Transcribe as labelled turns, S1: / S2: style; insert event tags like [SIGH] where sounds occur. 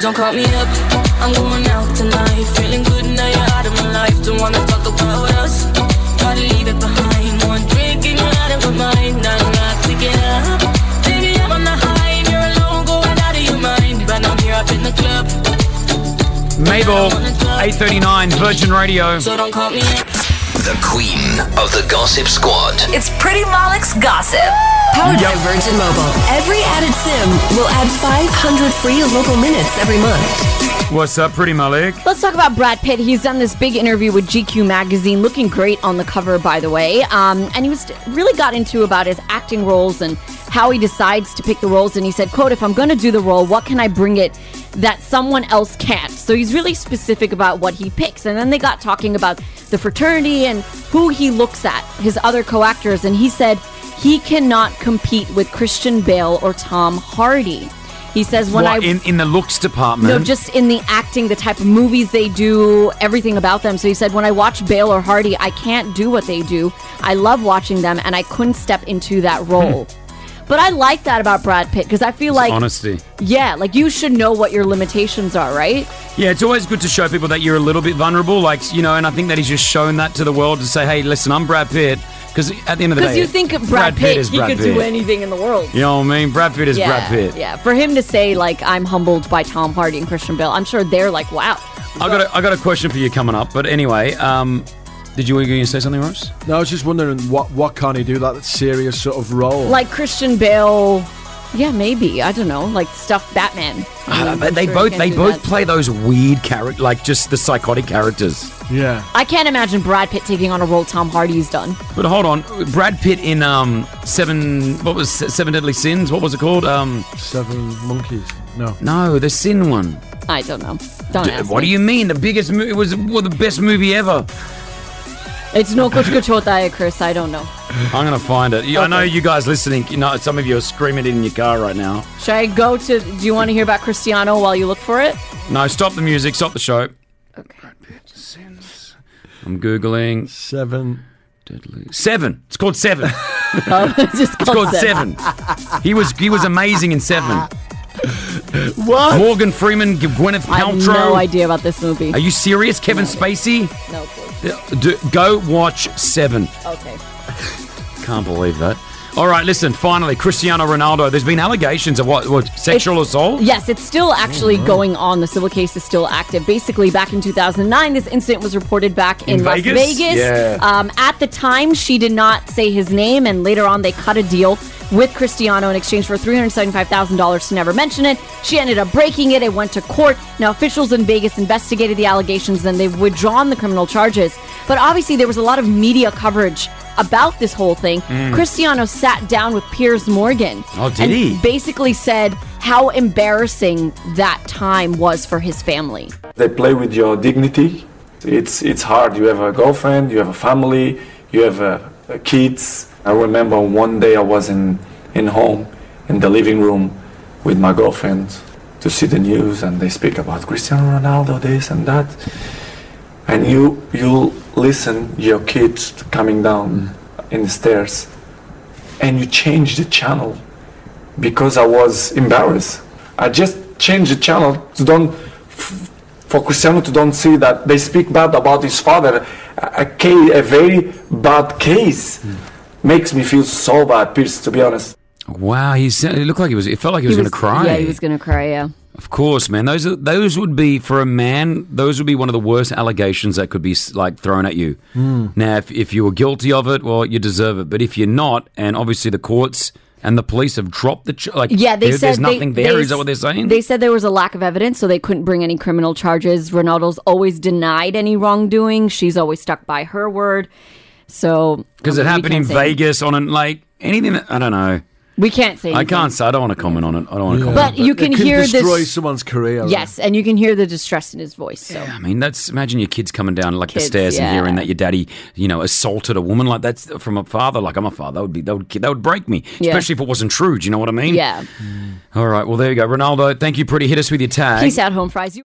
S1: Don't call me up, I'm going out tonight. Feeling good now you're out of my life. Don't wanna talk about us. Try to leave it behind. One drink and you're out of my mind. I'm not picking up. Baby, I'm on the high and you're alone, going out of your mind. But I'm here up in the club,
S2: Mabel, 839 Virgin Radio.
S1: so don't call me up.
S3: The queen of the gossip squad.
S4: It's Pretty Malik's Gossip.
S5: Powered by Virgin Mobile. Every added SIM will add 500 free local minutes every month.
S2: What's up, Pretty Malik?
S6: Let's talk about Brad Pitt. He's done this big interview with GQ magazine, looking great on the cover, by the way. Um, and he was really got into about his acting roles and how he decides to pick the roles. And he said, "quote If I'm going to do the role, what can I bring it that someone else can't?" So he's really specific about what he picks. And then they got talking about the fraternity and who he looks at, his other co-actors, and he said he cannot compete with Christian Bale or Tom Hardy. He says, "When
S2: What,
S6: I
S2: in, in the looks department?
S6: no, just in the acting, the type of movies they do, everything about them. So he said, when I watch Bale or Hardy, I can't do what they do. I love watching them, and I couldn't step into that
S2: Hmm.
S6: role. but I like that about Brad Pitt because I feel like,
S2: Honesty.
S6: yeah, like you should know what your limitations are, right?
S2: Yeah, it's always good to show people that you're a little bit vulnerable, like, you know, and I think that he's just shown that to the world to say, hey, listen, I'm Brad Pitt. Because at the end of the day,
S6: Because you think of Brad, Pitt,
S2: is
S6: he
S2: Brad
S6: could
S2: Pitt.
S6: do anything in the world.
S2: You know what I mean? Brad Pitt is
S6: yeah,
S2: Brad Pitt.
S6: yeah. For him to say like I'm humbled by Tom Hardy and Christian Bale, I'm sure they're like, wow.
S2: I got a, I got a question for you coming up, but anyway, um, did you were you going to say something, Rose?
S7: No, I was just wondering what what can he do that serious sort of role?
S6: Like Christian Bale, yeah, maybe I don't know, like stuff Batman. I mean, I'm
S2: Ah, Uh, they
S6: sure he
S2: both
S6: can
S2: they
S6: do
S2: both
S6: that.
S2: play those weird character, like just the psychotic characters.
S7: yeah,
S6: I can't imagine Brad Pitt taking on a role Tom Hardy's done.
S2: But hold on, Brad Pitt in um seven what was it, seven deadly sins? What was it called? Um,
S7: seven monkeys. No,
S2: no, the sin one.
S6: I don't know. Don't
S2: D-
S6: ask
S2: what
S6: me.
S2: do you mean? The biggest movie was well, the best movie ever.
S6: It's no kuch kuch hota hai, Chris. I don't know.
S2: I'm gonna find it. I know you guys listening. You know, some of you are screaming it in your car right now.
S6: Should I go to? Do you want to hear about Cristiano while you look for it? [LAUGHS]
S2: No, stop the music. Stop the show. I'm googling
S7: seven.
S2: seven. It's called
S6: [LAUGHS]
S2: seven.
S6: Oh, it's just
S2: It's
S6: called
S2: called seven. He was he was amazing in seven.
S7: What?
S2: Morgan Freeman, G- Gwyneth
S6: I have
S2: Paltrow.
S6: no idea about this movie.
S2: Are you serious, Kevin Spacey?
S6: no clue.
S2: D- go watch Seven.
S6: Okay.
S2: Can't believe that. All right, listen. Finally, Cristiano Ronaldo. There's been allegations of what, what sexual assault.
S6: Yes, it's still actually
S2: Mm-hmm.
S6: going on. The civil case is still active. Basically, back in 2009, this incident was reported back in,
S2: In
S6: Las
S2: Vegas?
S6: Vegas.
S2: Yeah.
S6: Um, at the time, she did not say his name, and later on, they cut a deal with Cristiano in exchange for $375,000 to never mention it. She ended up breaking it. It went to court. Now, officials in Vegas investigated the allegations, and they've withdrawn the criminal charges. But obviously, there was a lot of media coverage about this whole thing. Cristiano sat down with Piers Morgan.
S2: Mm. Oh, did
S6: and
S2: he?
S6: Basically said how embarrassing that time was for his family.
S8: They play with your dignity. It's, it's hard. You have a girlfriend, you have a family, you have uh, uh, kids. I remember one day I was in, in home, in the living room with my girlfriend to see the news and they speak about Cristiano Ronaldo, this and that. And you, you listen your kids coming down in the stairs and you change the channel because I was embarrassed. I just changed the channel to don't f- for Cristiano to don't see that they speak bad about his father. A, a case, a very bad case, makes me feel so bad, Pierce. To be honest.
S2: Wow, he, sa- it looked like he was. It felt like he was, going to cry.
S6: Yeah, he was going to cry. Yeah.
S2: Of course, man. Those are, those would be for a man. Those would be one of the worst allegations that could be s- like thrown at you.
S6: Hmm.
S2: Now, if, if you were guilty of it, well, you deserve it. But if you're not, and obviously the courts and the police have dropped the ch- like.
S6: Yeah, they
S2: there-
S6: said
S2: there's
S6: they-
S2: nothing there. Is
S6: they-
S2: that what they're saying?
S6: They said there was a lack of evidence, so they couldn't bring any criminal charges. Ronaldo's always denied any wrongdoing. She's always stuck by her word. So
S2: Because
S6: I
S2: it
S6: mean, we
S2: happened in
S6: can't say anything.
S2: Vegas on an like anything. That, I don't know.
S6: We can't say.
S2: I
S6: anything.
S2: can't say. I don't want to comment on it. I don't want to comment.
S6: But you can
S7: it
S6: hear this-
S7: destroy someone's career.
S6: Yes, and you can hear the distress in his voice. So
S2: I mean, that's imagine your kids coming down like the
S6: Kids,
S2: stairs and
S6: yeah.
S2: hearing that your daddy, you know, assaulted a woman like that's from a father. Like I'm a father. That would be that would that would break me,
S6: Yeah.
S2: especially if it wasn't true. Do you know what I mean?
S6: yeah,
S2: All right. Well, there you go, Ronaldo. Thank you, pretty. Hit us with your tag.
S6: peace out, home fries.